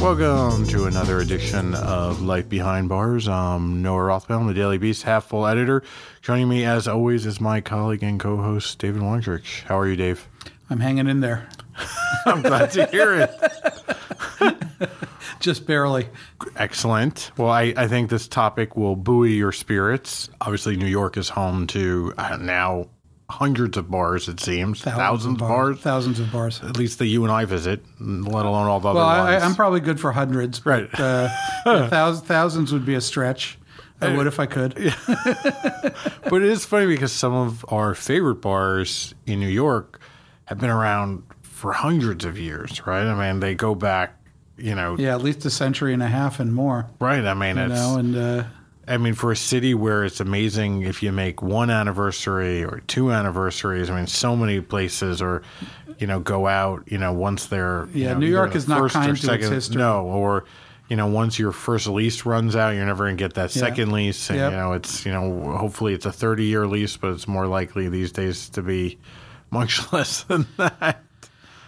Welcome to another edition of Life Behind Bars. I'm Noah Rothbaum, the Daily Beast half full editor. Joining me, as always, is my colleague and co host, David Wondrich. How are you, Dave? I'm hanging in there, I'm glad to hear it. just barely. Excellent. Well, I, I think this topic will buoy your spirits. Obviously, New York is home to uh, now hundreds of bars, it seems, thousands, of bar- bars, Thousands of bars. at least that you and I visit, let alone all the Well, other I, ones. I'm probably good for hundreds. Right. But, uh, yeah, thous- thousands would be a stretch. I would if I could. But it is funny because some of our favorite bars in New York have been around for hundreds of years, right? I mean, they go back, you know, Yeah, at least a century and a half and more. right? I mean, You it's, know, and uh, I mean, for a city where it's amazing if you make one anniversary or two anniversaries. I mean, so many places or, you know, go out, you know, once they're you Yeah, know, New either York the is not first or kind to its second- history. No, or you know, once your first lease runs out, you're never gonna get that second lease, and Yep. you know, it's you know, hopefully it's a 30 year lease, but it's more likely these days to be much less than that.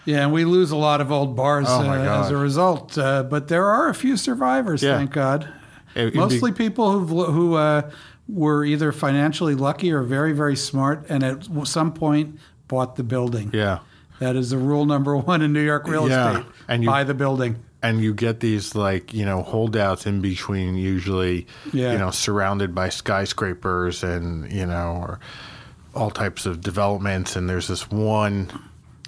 yeah, and we lose a lot of old bars Oh, my uh, as God. a result. Uh, but there are a few survivors, Yeah. thank God. It- it'd be- Mostly people who've, lo- who uh, were either financially lucky or very, very smart, and at some point bought the building. yeah. That is the rule number one in New York real Yeah, estate. and you- buy the building. and you get these like you know holdouts in between usually Yeah. you know surrounded by skyscrapers and you know or all types of developments and there's this one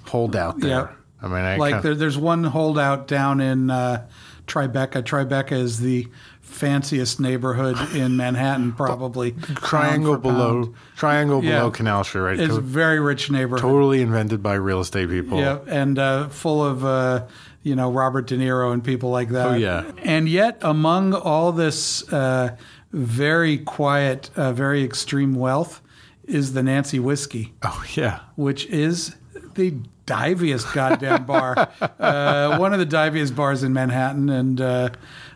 holdout there Yeah. i mean I like kinda- there, there's one holdout down in uh, Tribeca. Tribeca is the fanciest neighborhood in Manhattan, probably. triangle Pound for below pound. triangle Yeah. below canal street right It's a To- very rich neighborhood. totally invented by real estate people Yeah, and uh, full of uh, you know Robert De Niro and people like that. Oh, yeah. And yet, among all this uh, very quiet, uh, very extreme wealth, is the Nancy whiskey. oh yeah which is the diviest goddamn bar, uh, one of the diviest bars in Manhattan, and uh,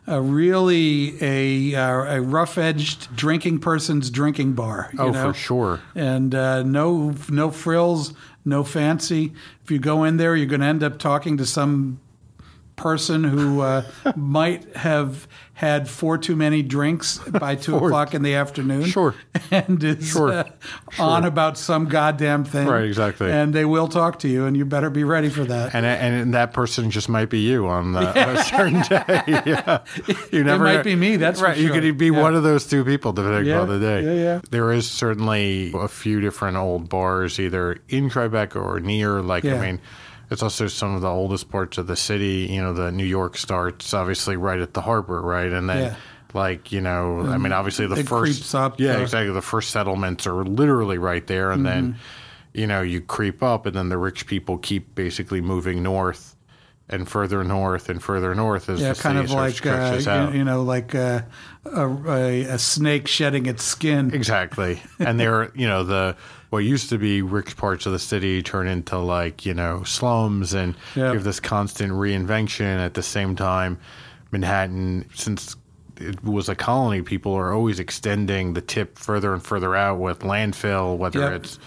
a really a uh, a rough edged drinking person's drinking bar. you oh know? for sure And uh, no no frills, no fancy. If you go in there, you're going to end up talking to some person who uh, might have had four too many drinks by two o'clock in the afternoon Sure. and is Sure. uh, on about some goddamn thing. Right, exactly. And they will talk to you, and you better be ready for that. and, and that person just might be you on, the, on a certain day. Yeah. You never might be me, that's for right. You sure. could be Yeah. one of those two people depending Yeah, upon the day. yeah, yeah. There is certainly a few different old bars either in Tribeca or near. Like I Yeah. mean, it's also some of the oldest parts of the city. You know, the New York starts obviously right at the harbor, right, and then. Yeah. Mm-hmm. Like you know, I mean, obviously the it first creeps up yeah, the- exactly. The first settlements are literally right there, and then Mm-hmm. you know you creep up, and then the rich people keep basically moving north and further north and further north as Yeah, the kind city of sort like uh, stretches out. you, you know, like uh, a, a, a snake shedding its skin. Exactly, and they're you know the what used to be rich parts of the city turn into like you know slums, and Yeah. you have this constant reinvention. At the same time, Manhattan, since it was a colony, people are always extending the tip further and further out with landfill, whether Yep. it's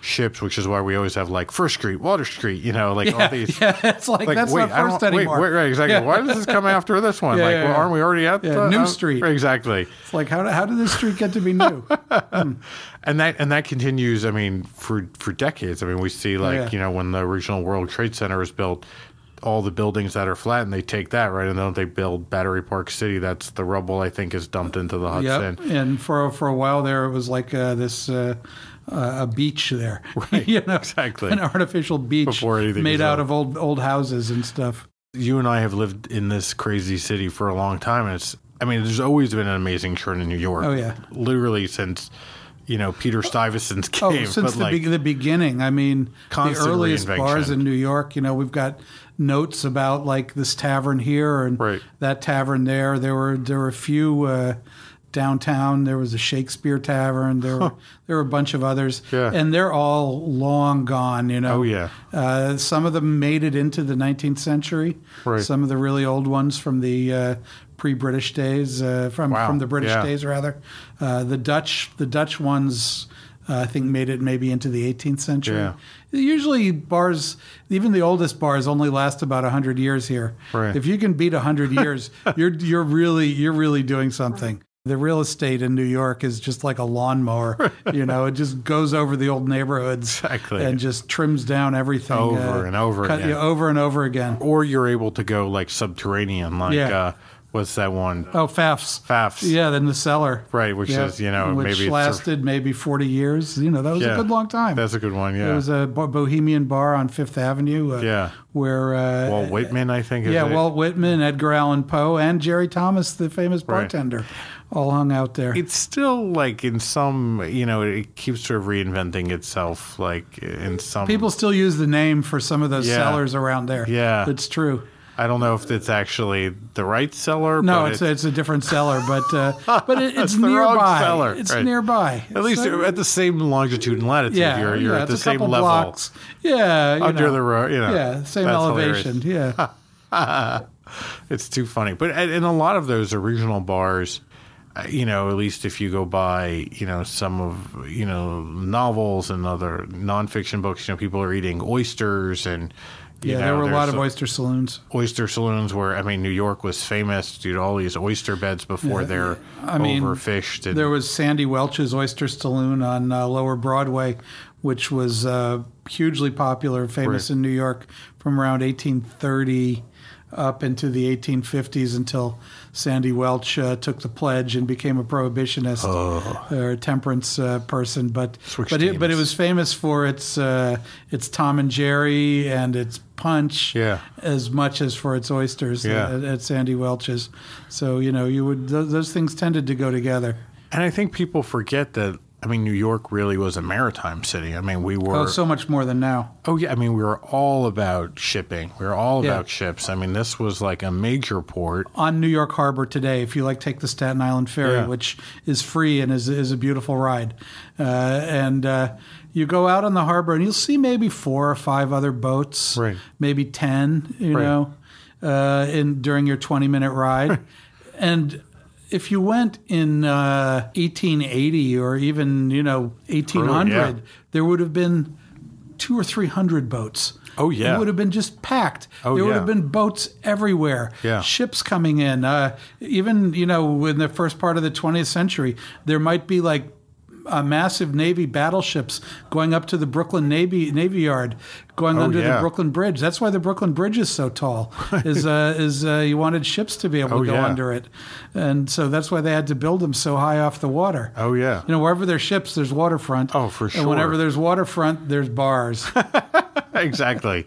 ships, which is why we always have like First Street, Water Street, you know, like all these. Yeah, it's like, that's wait, not I first don't- wait, anymore. Wait, right, exactly. Why does this come after this one? Yeah, like, yeah, well, yeah. aren't we already at Yeah, the New uh, Street. Exactly. It's like how, how did this street get to be new? and that and that continues. I mean, for for decades. I mean, we see like yeah. you know when the original World Trade Center was built, all the buildings that are flat, and they take that right, and then they build Battery Park City. That's the rubble I think is dumped into the Hudson. Yep. And for for a while there, it was like uh, this uh, uh, a beach there, Right. you know, Exactly. an artificial beach Before anything was made out out. of old old houses and stuff. You and I have lived in this crazy city for a long time, and it's I mean, there's always been an amazing churn in New York. Oh, yeah. literally since you know Peter Stuyvesant's came. Oh, since but the, like, be- the beginning. I mean, the Constant earliest reinvention. bars in New York, you know, we've got notes about like this tavern here and Right. that tavern there. There were there were a few uh, downtown. There was a Shakespeare Tavern. There were there were a bunch of others, Yeah. and they're all long gone. You know, Oh, yeah. Uh, some of them made it into the 19th century. Right. Some of the really old ones from the uh, pre-British days, uh, from Wow, from the British yeah. days rather. Uh, the Dutch, the Dutch ones, uh, I think made it maybe into the 18th century. Yeah. Usually bars, even the oldest bars, only last about hundred years here. Right. If you can beat hundred years, you're you're really you're really doing something. The real estate in New York is just like a lawnmower. you know, it just goes over the old neighborhoods Exactly. and just trims down everything uh, Over and over cut you again. over and over again. or you're able to go like subterranean, like Yeah. uh, what's that one? Oh, Fafs. Fafs. Yeah, then the cellar. Right, which Yeah, is you know which maybe it's a- lasted maybe forty years. You know, that was yeah, a good long time. That's a good one. Yeah. It was a bo- bohemian bar on Fifth Avenue. Uh, Yeah. Where. Uh, Walt Whitman, I think. is yeah, it? Walt Whitman, Edgar Allan Poe, and Jerry Thomas, the famous Right. bartender, all hung out there. it's still like in some, you know, it keeps sort of reinventing itself, like in some. People still use the name for some of those Yeah. cellars around there. Yeah. it's true. I don't know if it's actually the right seller. No, but it's it- a, it's a different cellar, but uh, but it, it's, It's the wrong nearby. cellar, It's right. nearby. at least It's, uh, you're at the same longitude and latitude. yeah, you're you're at yeah, it's the a same couple level Blocks. Yeah, you under know. the road. You know, Yeah, same That's hilarious. elevation. Yeah, It's too funny. But and and a lot of those original bars, uh, you know, at least if you go by, you know, some of you know novels and other nonfiction books, you know, people are eating oysters and. You yeah. know, there were a lot there's of oyster saloons. oyster saloons where I mean New York was famous due to all these oyster beds before they're mean, overfished and There was Sandy Welch's Oyster Saloon on uh, Lower Broadway, which was uh, hugely popular, famous Right. in New York from around 1830 up into the 1850s until Sandy Welch uh, took the pledge and became a prohibitionist or a temperance uh, person. But Switched but it, but it Oh. teams. was famous for its uh, its Tom and Jerry and its punch Yeah. as much as for its oysters uh, Yeah. at, at Sandy Welch's. So you know, you would those, those things tended to go together. and I think people forget that I mean New York really was a maritime city. I mean we were Oh, oh, so much more than now. yeah, I mean we were all about shipping. We were all Yeah. about ships. I mean this was like a major port. On New York Harbor today, if you like, take the Staten Island ferry, Yeah. which is free and is is a beautiful ride. Uh, and uh, you go out on the harbor, and you'll see maybe four or five other boats, Right. maybe ten. You Right. know, uh, in during your twenty minute ride, and. If you went in uh, 1880 or even you know 1800, Early, yeah. there would have been two or three hundred boats. Oh, yeah. it would have been just packed. Oh, there would yeah. have been boats everywhere. Yeah. ships coming in. Uh, even you know, in the first part of the 20th century, there might be like uh, massive Navy battleships going up to the Brooklyn Navy Navy Yard, going under Oh, yeah. the Brooklyn Bridge. That's why the Brooklyn Bridge is so tall. is uh, is uh, you wanted ships to be able Oh, to go yeah. under it, and so that's why they had to build them so high off the water. Oh yeah. You know, wherever there's ships, there's waterfront. Oh, for And whenever sure. there's waterfront, there's bars. exactly.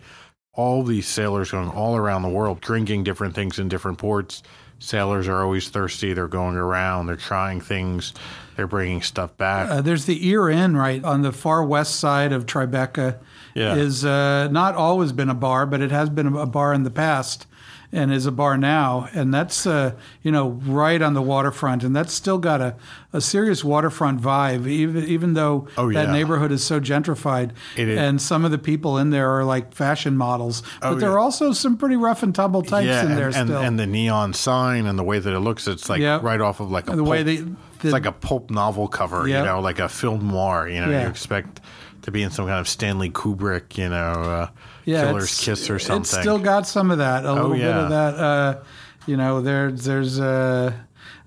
All these sailors going all around the world, drinking different things in different ports. Sailors are always thirsty. They're going around. They're trying things. They're bringing stuff back. Uh, there's the Ear Inn, right on the far west side of Tribeca. Yeah. Is uh, not always been a bar, but it has been a bar in the past, and is a bar now. And that's uh, you know right on the waterfront, and that's still got a, a serious waterfront vibe, even even though Oh, that yeah. neighborhood is so gentrified. It is. And some of the people in there are like fashion models, but Oh, there yeah. are also some pretty rough and tumble types in and, there and, still. and the neon sign and the way that it looks, it's like Yeah. right off of like a the way pulp- they, the, it's like a pulp novel cover, Yeah. you know, like a film noir. You know, Yeah. you expect to be in some kind of Stanley Kubrick, you know, uh, Killer's it's- Kiss or something. Oh, It's still got some of that, a little bit yeah. of that. Uh, you know, there, there's uh,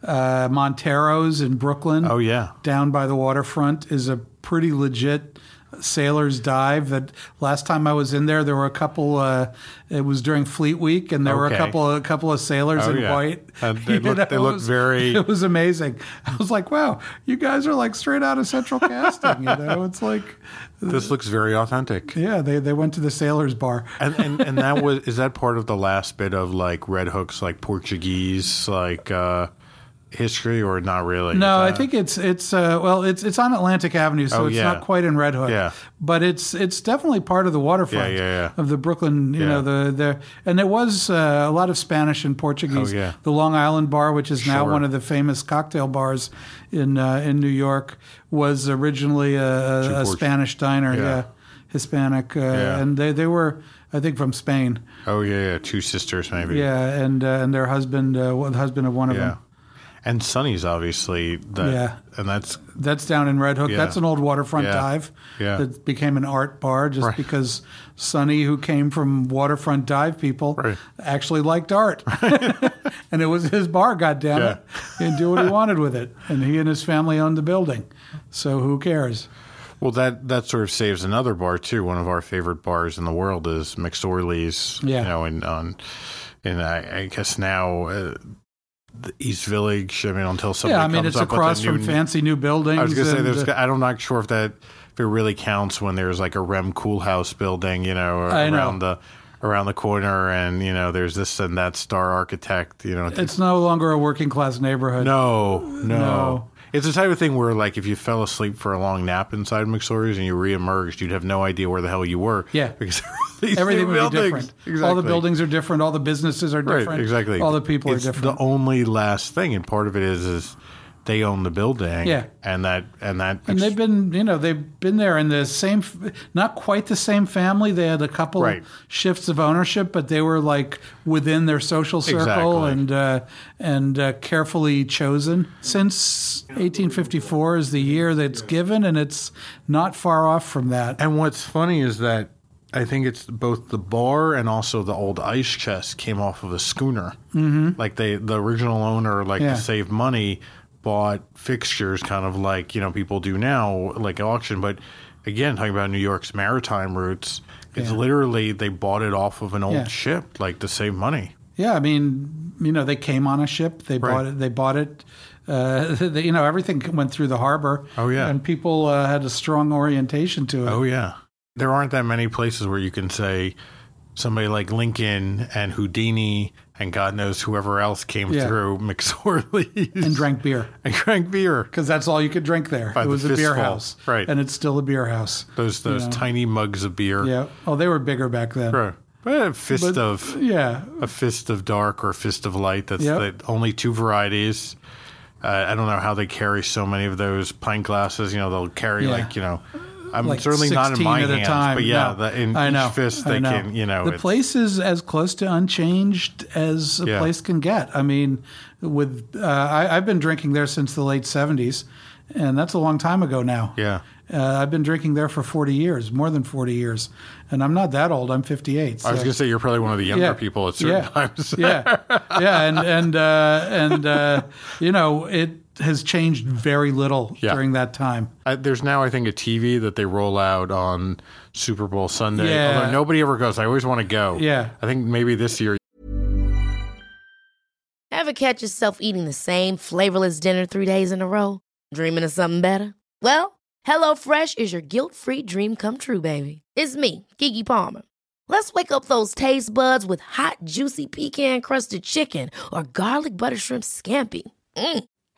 uh, Montero's in Brooklyn. oh yeah, Down by the waterfront is a pretty legit sailor's dive. That last time I was in there, there were a couple. Uh, it was during Fleet Week, and there were a Okay. couple, a couple of sailors Oh, in yeah. white. Uh, they You looked- they it looked was- very- It was amazing. I was like, wow, you guys are like straight out of Central Casting. You know, it's like, this looks very authentic. yeah, they they went to the sailors bar. and, and and that was is that part of the last bit of like Red Hook's like Portuguese like uh history or not really? No, Is I that- think it's it's uh, well, it's it's on Atlantic Avenue, so Oh, it's yeah. not quite in Red Hook. Yeah. but it's it's definitely part of the waterfront Yeah, yeah, yeah. of the Brooklyn. You Yeah. know the the and there was uh, a lot of Spanish and Portuguese. Oh, yeah. The Long Island Bar, which is now Sure. one of the famous cocktail bars in uh, in New York, was originally a, a, a Port- Spanish diner. Yeah, Yeah. Hispanic, uh, Yeah. and they they were I think from Spain. Oh yeah, yeah, two sisters maybe. Yeah, and uh, and their husband uh, well, the husband of one of Yeah. them. And Sonny's obviously that, Yeah. and that's That's down in Red Hook. Yeah. That's an old waterfront Yeah. dive Yeah. that became an art bar just Right. because Sonny, who came from waterfront dive people, Right. actually liked art. and it was his bar, goddammit. Yeah. He can do what he wanted with it. And he and his family owned the building. So who cares? well that that sort of saves another bar too. One of our favorite bars in the world is McSorley's. Yeah. you know, and on and I, I guess now uh, the East Village. I mean, until somebody yeah, I mean, comes it's up with across a from new- fancy new buildings. I was gonna say and, there's. uh, I'm not sure if that if it really counts when there's like a Rem Cool House building, you know, I know. around the around the corner, and you know, there's this and that star architect, you know. it's no longer a working class neighborhood. no, no, No. It's the type of thing where, like, if you fell asleep for a long nap inside McSorley's and you reemerged, you'd have no idea where the hell you were. Yeah. because there are these Everything new would buildings. be different. Exactly. All the buildings are different. All the businesses are different. Right, exactly. All the people It's are different. The only last thing, and part of it is, is they own the building. Yeah. and that and that And they've been, you know, they've been there in the same, not quite the same family. They had a couple Right. shifts of ownership, but they were like within their social circle Exactly. and uh, and uh, carefully chosen. Since 1854 is the year that's given, and it's not far off from that. And what's funny is that I think it's both the bar and also the old ice chest came off of a schooner. Mm-hmm. Like they, the original owner, like Yeah. to save money, bought fixtures, kind of like you know people do now, like auction. But again, talking about New York's maritime routes, it's literally they bought it off of an old Yeah. ship, like to save money. Yeah, I mean, you know, they came on a ship. They bought it. They bought it. Uh, they, you know, everything went through the harbor. Oh, yeah. and people uh, had a strong orientation to it. Oh yeah, there aren't that many places where you can say somebody like Lincoln and Houdini and God knows whoever else came Yeah. through McSorley's and drank beer. and drank beer. because that's all you could drink there. By it the was a beer fistful. house, Right. And it's still a beer house. Those those tiny mugs of beer. Yeah. Oh, they were bigger back then. Bro, But a fist But- of Yeah. a fist of dark or a fist of light. That's Yep. the only two varieties. Uh, I don't know how they carry so many of those pint glasses. You know, they'll carry Yeah. like you know. I'm Like certainly not in 16 my at a hands, time. but yeah, No. the, in I know. each fist I they know. can. You know, the it's- place is as close to unchanged as a Yeah. place can get. I mean, with uh, I, I've been drinking there since the late '70s, and that's a long time ago now. Yeah. Uh, I've been drinking there for 40 years, more than 40 years, and I'm not that old. I'm 58. I was going so- to say you're probably one of the younger people at certain yeah. times. yeah, yeah, and and uh, and uh, you know it has changed very little Yeah. during that time. I, there's now, I think, a TV that they roll out on Super Bowl Sunday. Yeah. Although nobody ever goes. I always want to go. Yeah. I think maybe this year Ever catch yourself eating the same flavorless dinner three days in a row? Dreaming of something better? Well, HelloFresh is your guilt free dream come true, baby. It's me, Gigi Palmer. Let's wake up those taste buds with hot, juicy pecan crusted chicken or garlic butter shrimp scampi. Mm.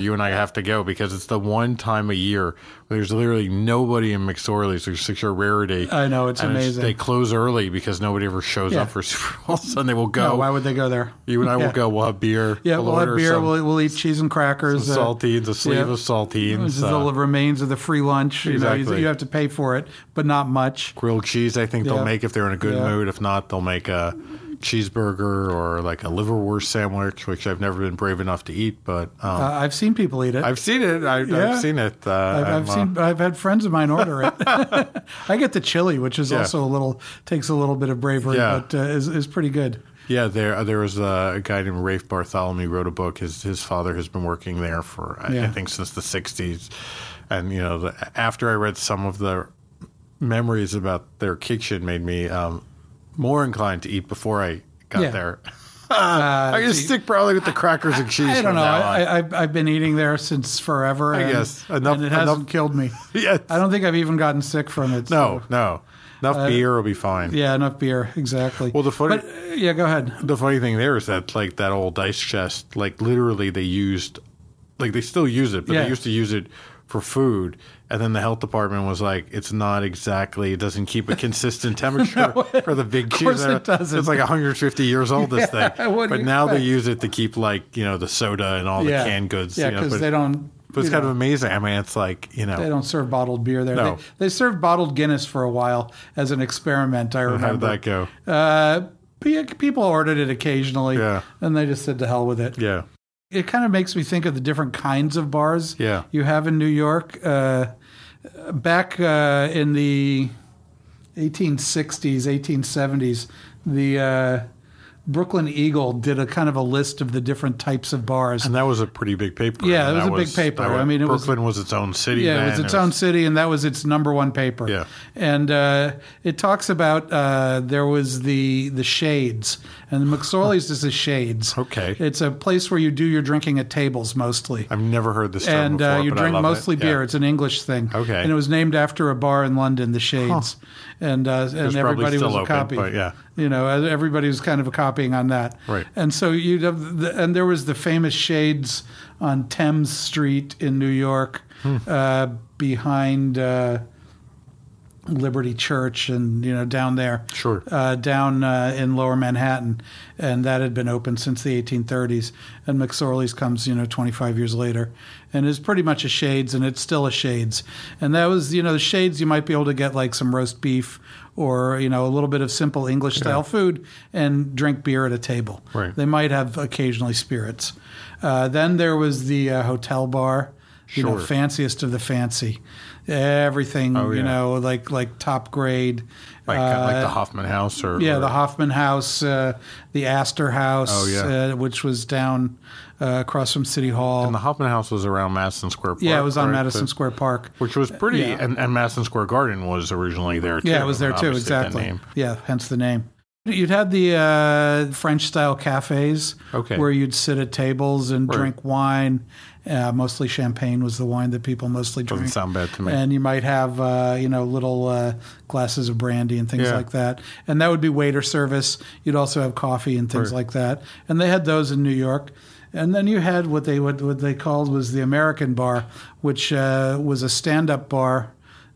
you and I have to go because it's the one time a year where there's literally nobody in McSorley's. There's such a rarity. I know it's And amazing. they close early because nobody ever shows Yeah. up for Super Bowl Sunday. We'll No, go. Oh, why would they go there? you and I Yeah. will go. We'll have beer. Yeah, we'll have order beer. some We'll, we'll eat cheese and crackers. uh, saltines, a sleeve yeah. of saltines. This is uh, the remains of the free lunch. You know, you, Exactly. you have to pay for it, but not much. grilled cheese. I think Yeah. they'll make if they're in a good Yeah. mood. If not, they'll make a cheeseburger or like a liverwurst sandwich, which I've never been brave enough to eat, but um, Uh, I've seen people eat it. I've seen it. I, Yeah. I've seen it. Uh, I've, I've seen. I've had friends of mine order it. I get the chili, which is Yeah. also a little takes a little bit of bravery, Yeah. but uh, is is pretty good. Yeah, there uh, there was a, a guy named Rafe Bartholomew wrote a book. His his father has been working there for I, Yeah. I think since the '60s, and you know the, after I read some of the memories about their kitchen, made me um, more inclined to eat before I got Yeah. Uh, there. I can stick probably with the crackers and cheese. I don't from know. now on. I, I, I've been eating there since forever. I and, guess. Enough- and it hasn't enough- killed me. Yes. I don't think I've even gotten sick from it. no, so- no. Enough uh, beer will be fine. Yeah, enough beer. Exactly. Well, the funny- But, uh, yeah, go ahead. The funny thing there is that like that old dice chest, like literally they used, like they still use it, but Yeah. they used to use it for food. And then the health department was like, it's not exactly, it doesn't keep a consistent temperature for the big cheese. course And it doesn't. It's like 150 years old, this Yeah, thing. what do But you now they expect? use it to keep like, you know, the soda and all yeah. the canned goods. Yeah, you know, because but- they don't. But it's you kind know, of amazing. I mean, it's like, you know, They don't serve bottled beer there. No. They, they served bottled Guinness for a while as an experiment. I remember. how did that go? Uh, but yeah, people ordered it occasionally, Yeah. and they just said to hell with it. Yeah. It kind of makes me think of the different kinds of bars Yeah. you have in New York. Uh, back uh, in the 1860s, 1870s, the uh, Brooklyn Eagle did a kind of a list of the different types of bars. And that was a pretty big paper. Yeah, it And was that a big paper. that I mean, it was- Brooklyn was, its own city. Yeah, it was then. its own city, and that was its number one paper. Yeah. and uh, it talks about uh, there was the the shades, and the McSorley's is the shades. Okay. it's a place where you do your drinking at tables mostly, I've never heard this term and before, uh, you but I drink love it. mostly Yeah. beer. It's an English thing. Okay. and it was named after a bar in London, the Shades, and uh, and probably everybody was still a open, copy. but yeah. you know, uh, everybody was kind of copying on that. Right. And so you the, and there was the famous Shades on Thames Street in New York, Hmm. uh, behind uh, Liberty Church, and you know down there. Sure. Uh, down uh, in Lower Manhattan, and that had been open since the 1830s. And McSorley's comes, you know, 25 years later, and is pretty much a Shades, and it's still a Shades. And that was, you know, the Shades. You might be able to get like some roast beef or you know a little bit of simple English style food and drink beer at a table. Right. They might have occasionally spirits. Uh, then there was the uh, hotel bar. You know, Sure. Oh, fanciest of the fancy, everything you yeah. know, like like top grade, like, kinda like uh, the Hoffman House or yeah, the or- Hoffman House, uh, the Astor House, Oh, yeah. uh, which was down uh, across from City Hall. and the Hoffman House was around Madison Square. Park, yeah, it was on right? Madison But- Square Park. which was pretty. Yeah. And, and Madison Square Garden was originally there. too. Yeah, it was there too. obviously that Exactly. name. Yeah, hence the name. You'd had the uh, French style cafes Okay. where you'd sit at tables and Right. drink wine. Uh, mostly champagne was the wine that people mostly drink. Doesn't sound bad to me. And you might have, uh, you know, little uh, glasses of brandy and things Yeah. like that. And that would be waiter service. You'd also have coffee and things Right. like that. And they had those in New York. And then you had what they what, what they called was the American bar, which uh, was a stand up bar,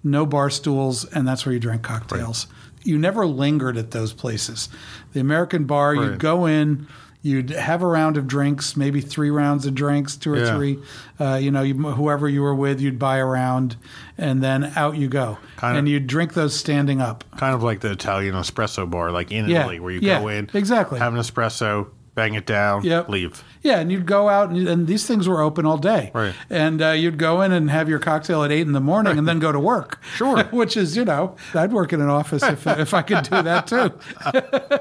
no bar stools, and that's where you drank cocktails. You never lingered at those places. The American bar, Right. you'd go in. You'd have a round of drinks, maybe three rounds of drinks, two or Yeah. three. Uh, you know, you, whoever you were with, you'd buy a round, and then out you go, Kinda- and you'd drink those standing up. kind of like the Italian espresso bar, like in Yeah, Italy, where you yeah, go in exactly. have an espresso, bang it down, Yep. leave. Yeah, and you'd go out, and, and these things were open all day. Right. And uh, you'd go in and have your cocktail at eight in the morning, and then go to work. Sure. Which is, you know, I'd work in an office if if I could do that too.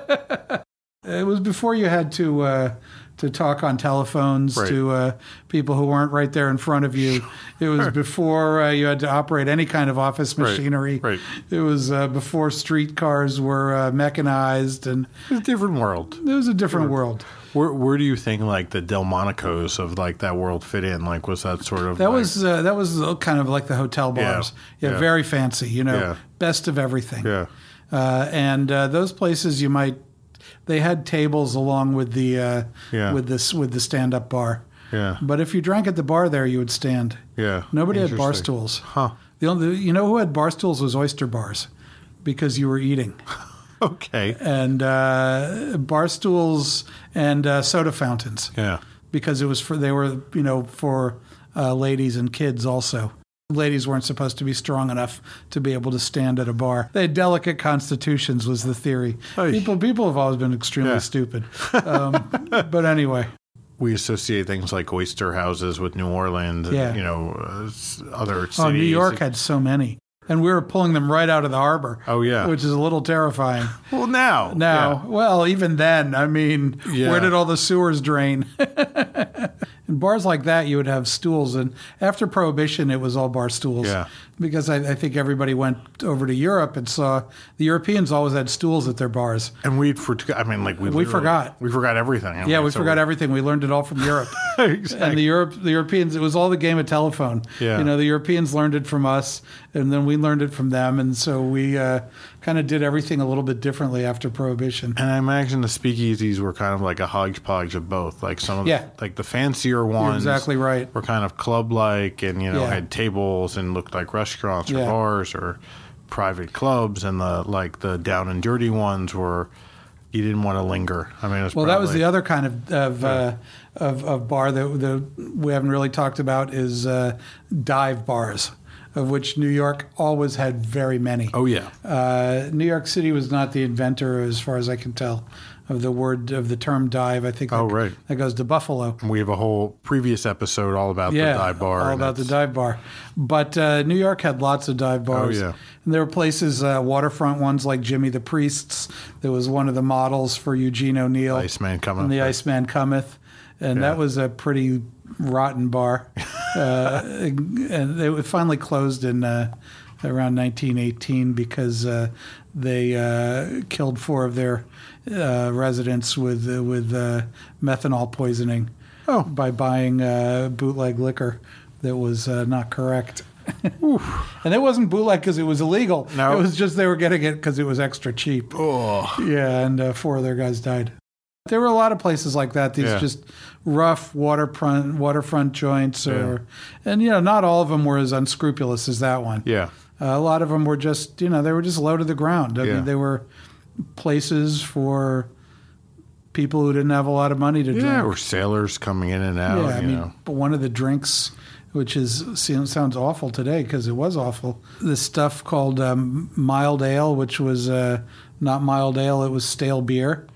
it was before you had to. Uh, to talk on telephones Right. to uh, people who weren't right there in front of you. It was before uh, you had to operate any kind of office machinery. right. It was uh, before streetcars were uh, mechanized, and It's a different world. it was a different world. Where where do you think like the Delmonicos of like that world fit in? Like was that sort of That like- was uh, that was kind of like the hotel Yeah, bars. Yeah, yeah. very fancy. You know, Yeah. best of everything. yeah Uh, and uh, those places you might they had tables along with the uh, Yeah. with this with the stand up bar. Yeah. But if you drank at the bar there, you would stand. yeah Nobody had bar Interesting. stools. Huh. The only you know who had bar stools was oyster bars, because you were eating Okay. and uh, bar stools and uh, soda fountains Yeah. because it was for they were you know for uh, ladies and kids also. Ladies weren't supposed to be strong enough to be able to stand at a bar. They had delicate constitutions was the theory. Oy. People people have always been extremely Yeah. stupid. Um, but anyway, we associate things like oyster houses with New Orleans, and, Yeah. you know, uh, s- other cities. oh, New York had so many, and we were pulling them right out of the harbor. Oh, yeah. which is a little terrifying. well, now. Now, Yeah. well, even then, I mean, Yeah. where did all the sewers drain? In bars like that, you would have stools, and after Prohibition, it was all bar stools. Yeah. Because I, I think everybody went over to Europe and saw the Europeans always had stools at their bars. And we forgot. I mean, like we literally- forgot. We forgot everything. I Yeah, mean, we so forgot everything. We learned it all from Europe. And the Europe, the Europeans, it was all the game of telephone. Yeah. You know, the Europeans learned it from us, and then we learned it from them, and so we uh, kind of did everything a little bit differently after Prohibition. And I imagine the speakeasies were kind of like a hodgepodge of both. Like some of Yeah. the, like the fancier ones, exactly right. were kind of club like and you know Yeah. had tables and looked like restaurants or Yeah. bars or private clubs, and the like the down and dirty ones were you didn't want to linger. I mean, it was Well, that was probably- the other kind of of, uh, of, of bar that, that we haven't really talked about is uh, dive bars, of which New York always had very many. Oh yeah, Uh, New York City was not the inventor, as far as I can tell, of the word of the term dive. I think. Oh, that, right. That goes to Buffalo. we have a whole previous episode all about yeah, the dive bar. All and about the it's- Oh, dive bar, but uh, New York had lots of dive bars. yeah. and there were places, uh, waterfront ones like Jimmy the Priest's. That was one of the models for Eugene O'Neill. Iceman coming. And the up. Iceman Cometh, and Yeah. that was a pretty rotten bar. uh, and they were finally closed in uh, around 1918 because uh, they uh, killed four of their uh, residents with uh, with uh, methanol poisoning Oh. by buying uh, bootleg liquor that was uh, not correct. and it wasn't bootleg because it was illegal. No. It was just they were getting it because it was extra cheap. Oh. Yeah, and uh, four of their guys died. There were a lot of places like that. These Yeah. just rough waterfront waterfront joints, or and you know, not all of them were as unscrupulous as that one. Yeah. Uh, a lot of them were just you know they were just low to the ground. I Yeah. mean, they were places for people who didn't have a lot of money to Yeah, drink. or sailors coming in and out. I you mean, know. but one of the drinks. Which is sounds sounds awful today because it was awful. This stuff called um, mild ale, which was uh, not mild ale, it was stale beer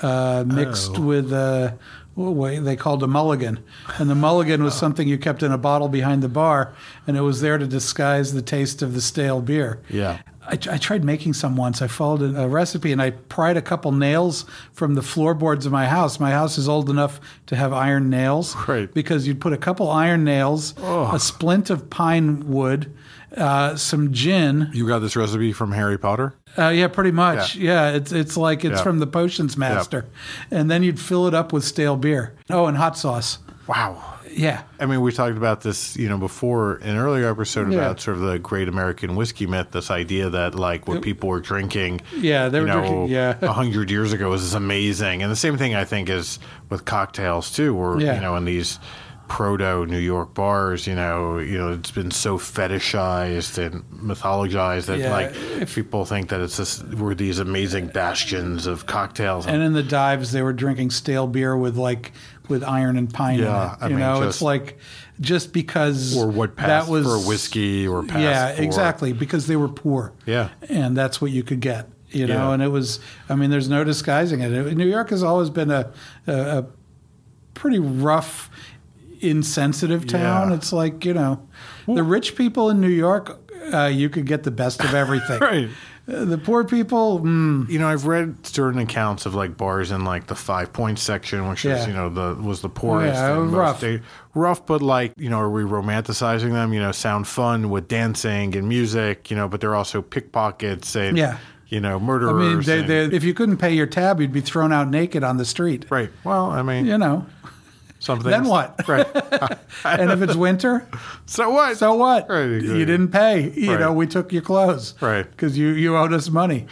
uh, mixed Oh. with uh, what they called a mulligan, and the mulligan Oh. was something you kept in a bottle behind the bar, and it was there to disguise the taste of the stale beer. Yeah. I, I tried making some once. I followed a, a recipe and I pried a couple nails from the floorboards of my house. My house is old enough to have iron nails, Right. Because you'd put a couple iron nails, a splint of pine wood, uh, some gin. You got this recipe from Harry Potter? Uh, yeah, pretty much. Yeah. it's it's like it's Yeah. from the potions master, and then you'd fill it up with stale beer. Oh, and hot sauce. Wow. Yeah, I mean, we talked about this, you know, before in an earlier episode Yeah. about sort of the great American whiskey myth, this idea that like what people were drinking, yeah, they you were know, drinking. Yeah, a hundred years ago is amazing. And the same thing I think is with cocktails too, where Yeah. you know, in these proto New York bars, you know, you know, it's been so fetishized and mythologized that Yeah, like people think that it's this we're these amazing bastions of cocktails. and in the dives they were drinking stale beer with like with iron and pine. Yeah, in it. I you mean, know, just- it's like just because or what passed that was for whiskey or passed Yeah, for- exactly because they were poor. Yeah. and that's what you could get. You know, Yeah. and it was. I mean, there's no disguising it. It- New York has always been a a, a pretty rough, insensitive town. Yeah. It's like you know, the rich people in New York, uh, you could get the best of everything. Right. Uh, The poor people, mm, you know, I've read certain accounts of like bars in like the five point section, which is Yeah. you know the was the poorest, Yeah, and most rough. da- rough, but like you know, are we romanticizing them? You know, sound fun with dancing and music, you know, but they're also pickpockets and Yeah. you know, I murderers. mean, they, and- they, if you couldn't pay your tab, you'd be thrown out naked on the street. right. Well, I mean, You know, something. then what? Right. and if it's winter, So what? so what? Right, exactly. You didn't pay. You Right. know, we took your clothes. Right. Because you, you owed us money.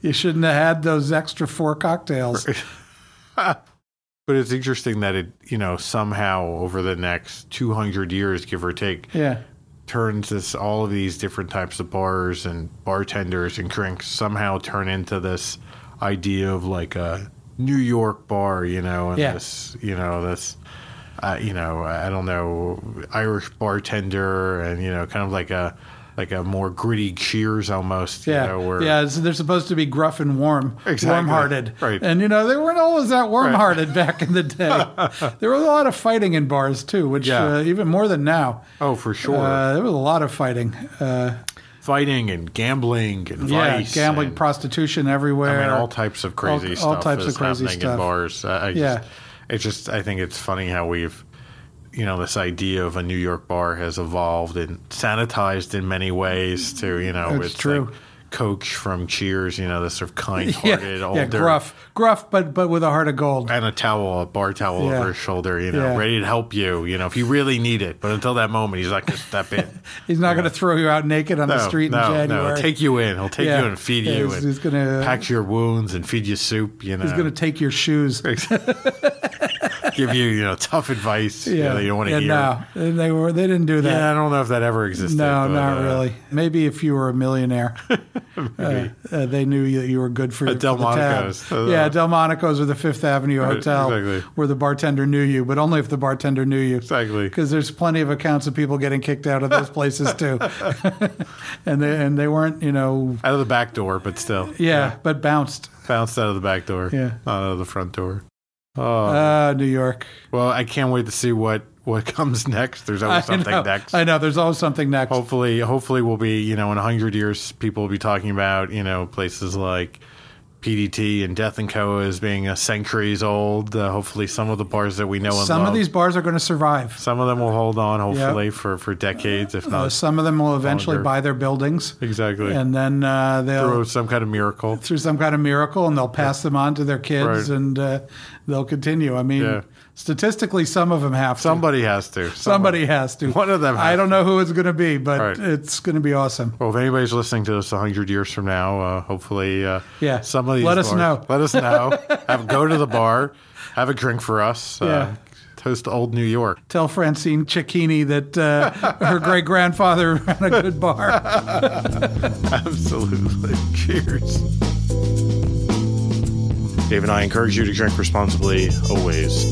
you shouldn't have had those extra four cocktails. But it's interesting that it, you know, somehow over the next 200 years, give or take, Yeah. turns this all of these different types of bars and bartenders and drinks somehow turn into this idea of like a New York bar, you know, and Yeah. this, you know, this, uh, you know, I don't know, Irish bartender, and you know, kind of like a like a more gritty Cheers almost, Yeah. you know, where yeah. So they're supposed to be gruff and warm, Exactly. warm hearted. Right. And, you know, they weren't always that warm hearted back in the day. there was a lot of fighting in bars, too, which Yeah. uh, even more than now. oh for sure, Uh, there was a lot of fighting. Uh, fighting and gambling and yeah, vice gambling, and- prostitution everywhere. I mean, all types of crazy all stuff. types of is crazy happening in stuff. bars. I, I Yeah. just, it's just I think it's funny how we've you know this idea of a New York bar has evolved and sanitized in many ways to you know That's true. like Coach from Cheers, you know this sort of kind-hearted yeah, older yeah, gruff, gruff, but but with a heart of gold. and a towel, a bar towel Yeah. over his shoulder, you know, Yeah. ready to help you, you know, if you really need it. But until that moment, he's not going to step in. He's not going to throw you out naked on the street in January. He'll take you in. He'll take Yeah. you and feed Yeah, you he's- and he's gonna- pack your wounds and feed you soup, you know. He's going to take your shoes. give you, you know, tough advice you know, that you don't want to And hear. No, they were. They didn't do that. Yeah, I don't know if that ever existed. no, but, not uh, really. Maybe if you were a millionaire, uh, uh, they knew you, you were good for, for Delmonico's. Uh-huh. The tab. Yeah, Delmonico's or the Fifth Avenue Hotel, exactly. where the bartender knew you, but only if the bartender knew you. Exactly. Because there's plenty of accounts of people getting kicked out of those places too, and they and they weren't, you know, Out of the back door, but still. yeah, but bounced. Bounced out of the back door. Yeah. Not out of the front door. Uh-huh. Uh, New York. Well, I can't wait to see what, what comes next. There's always something I know, next. I know. There's always something next. hopefully hopefully we'll be you know in 100 years people will be talking about you know places like PDT and Death and Co as being a centuries old. Uh, hopefully, some of the bars that we know and Some love, of these bars are going to survive. some of them will hold on. Hopefully, for, for decades, if Uh, not some of them will eventually Longer. buy their buildings, exactly and then uh, they'll through through, some kind of miracle. some kind of miracle, and they'll pass them on to their kids, Right. and uh, they'll continue. I mean, Yeah. statistically, some of them have to. Somebody has to. Somebody has to. One of them I has don't know who it's going to be, but Right. it's going to be awesome. Well, if anybody's listening to this 100 years from now, uh, hopefully, uh, Yeah. some of these Let us bars- know. Let us know. have go to the bar, have a drink for us. Yeah. Uh, toast to old New York. Tell Francine Cicchini that uh, her great grandfather ran a good bar. Absolutely. Cheers. Dave and I encourage you to drink responsibly always.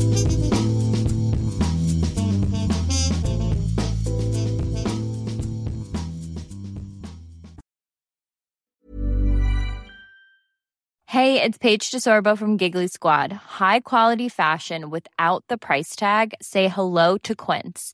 Hey, it's Paige DeSorbo from Giggly Squad. High quality fashion without the price tag. Say hello to Quince.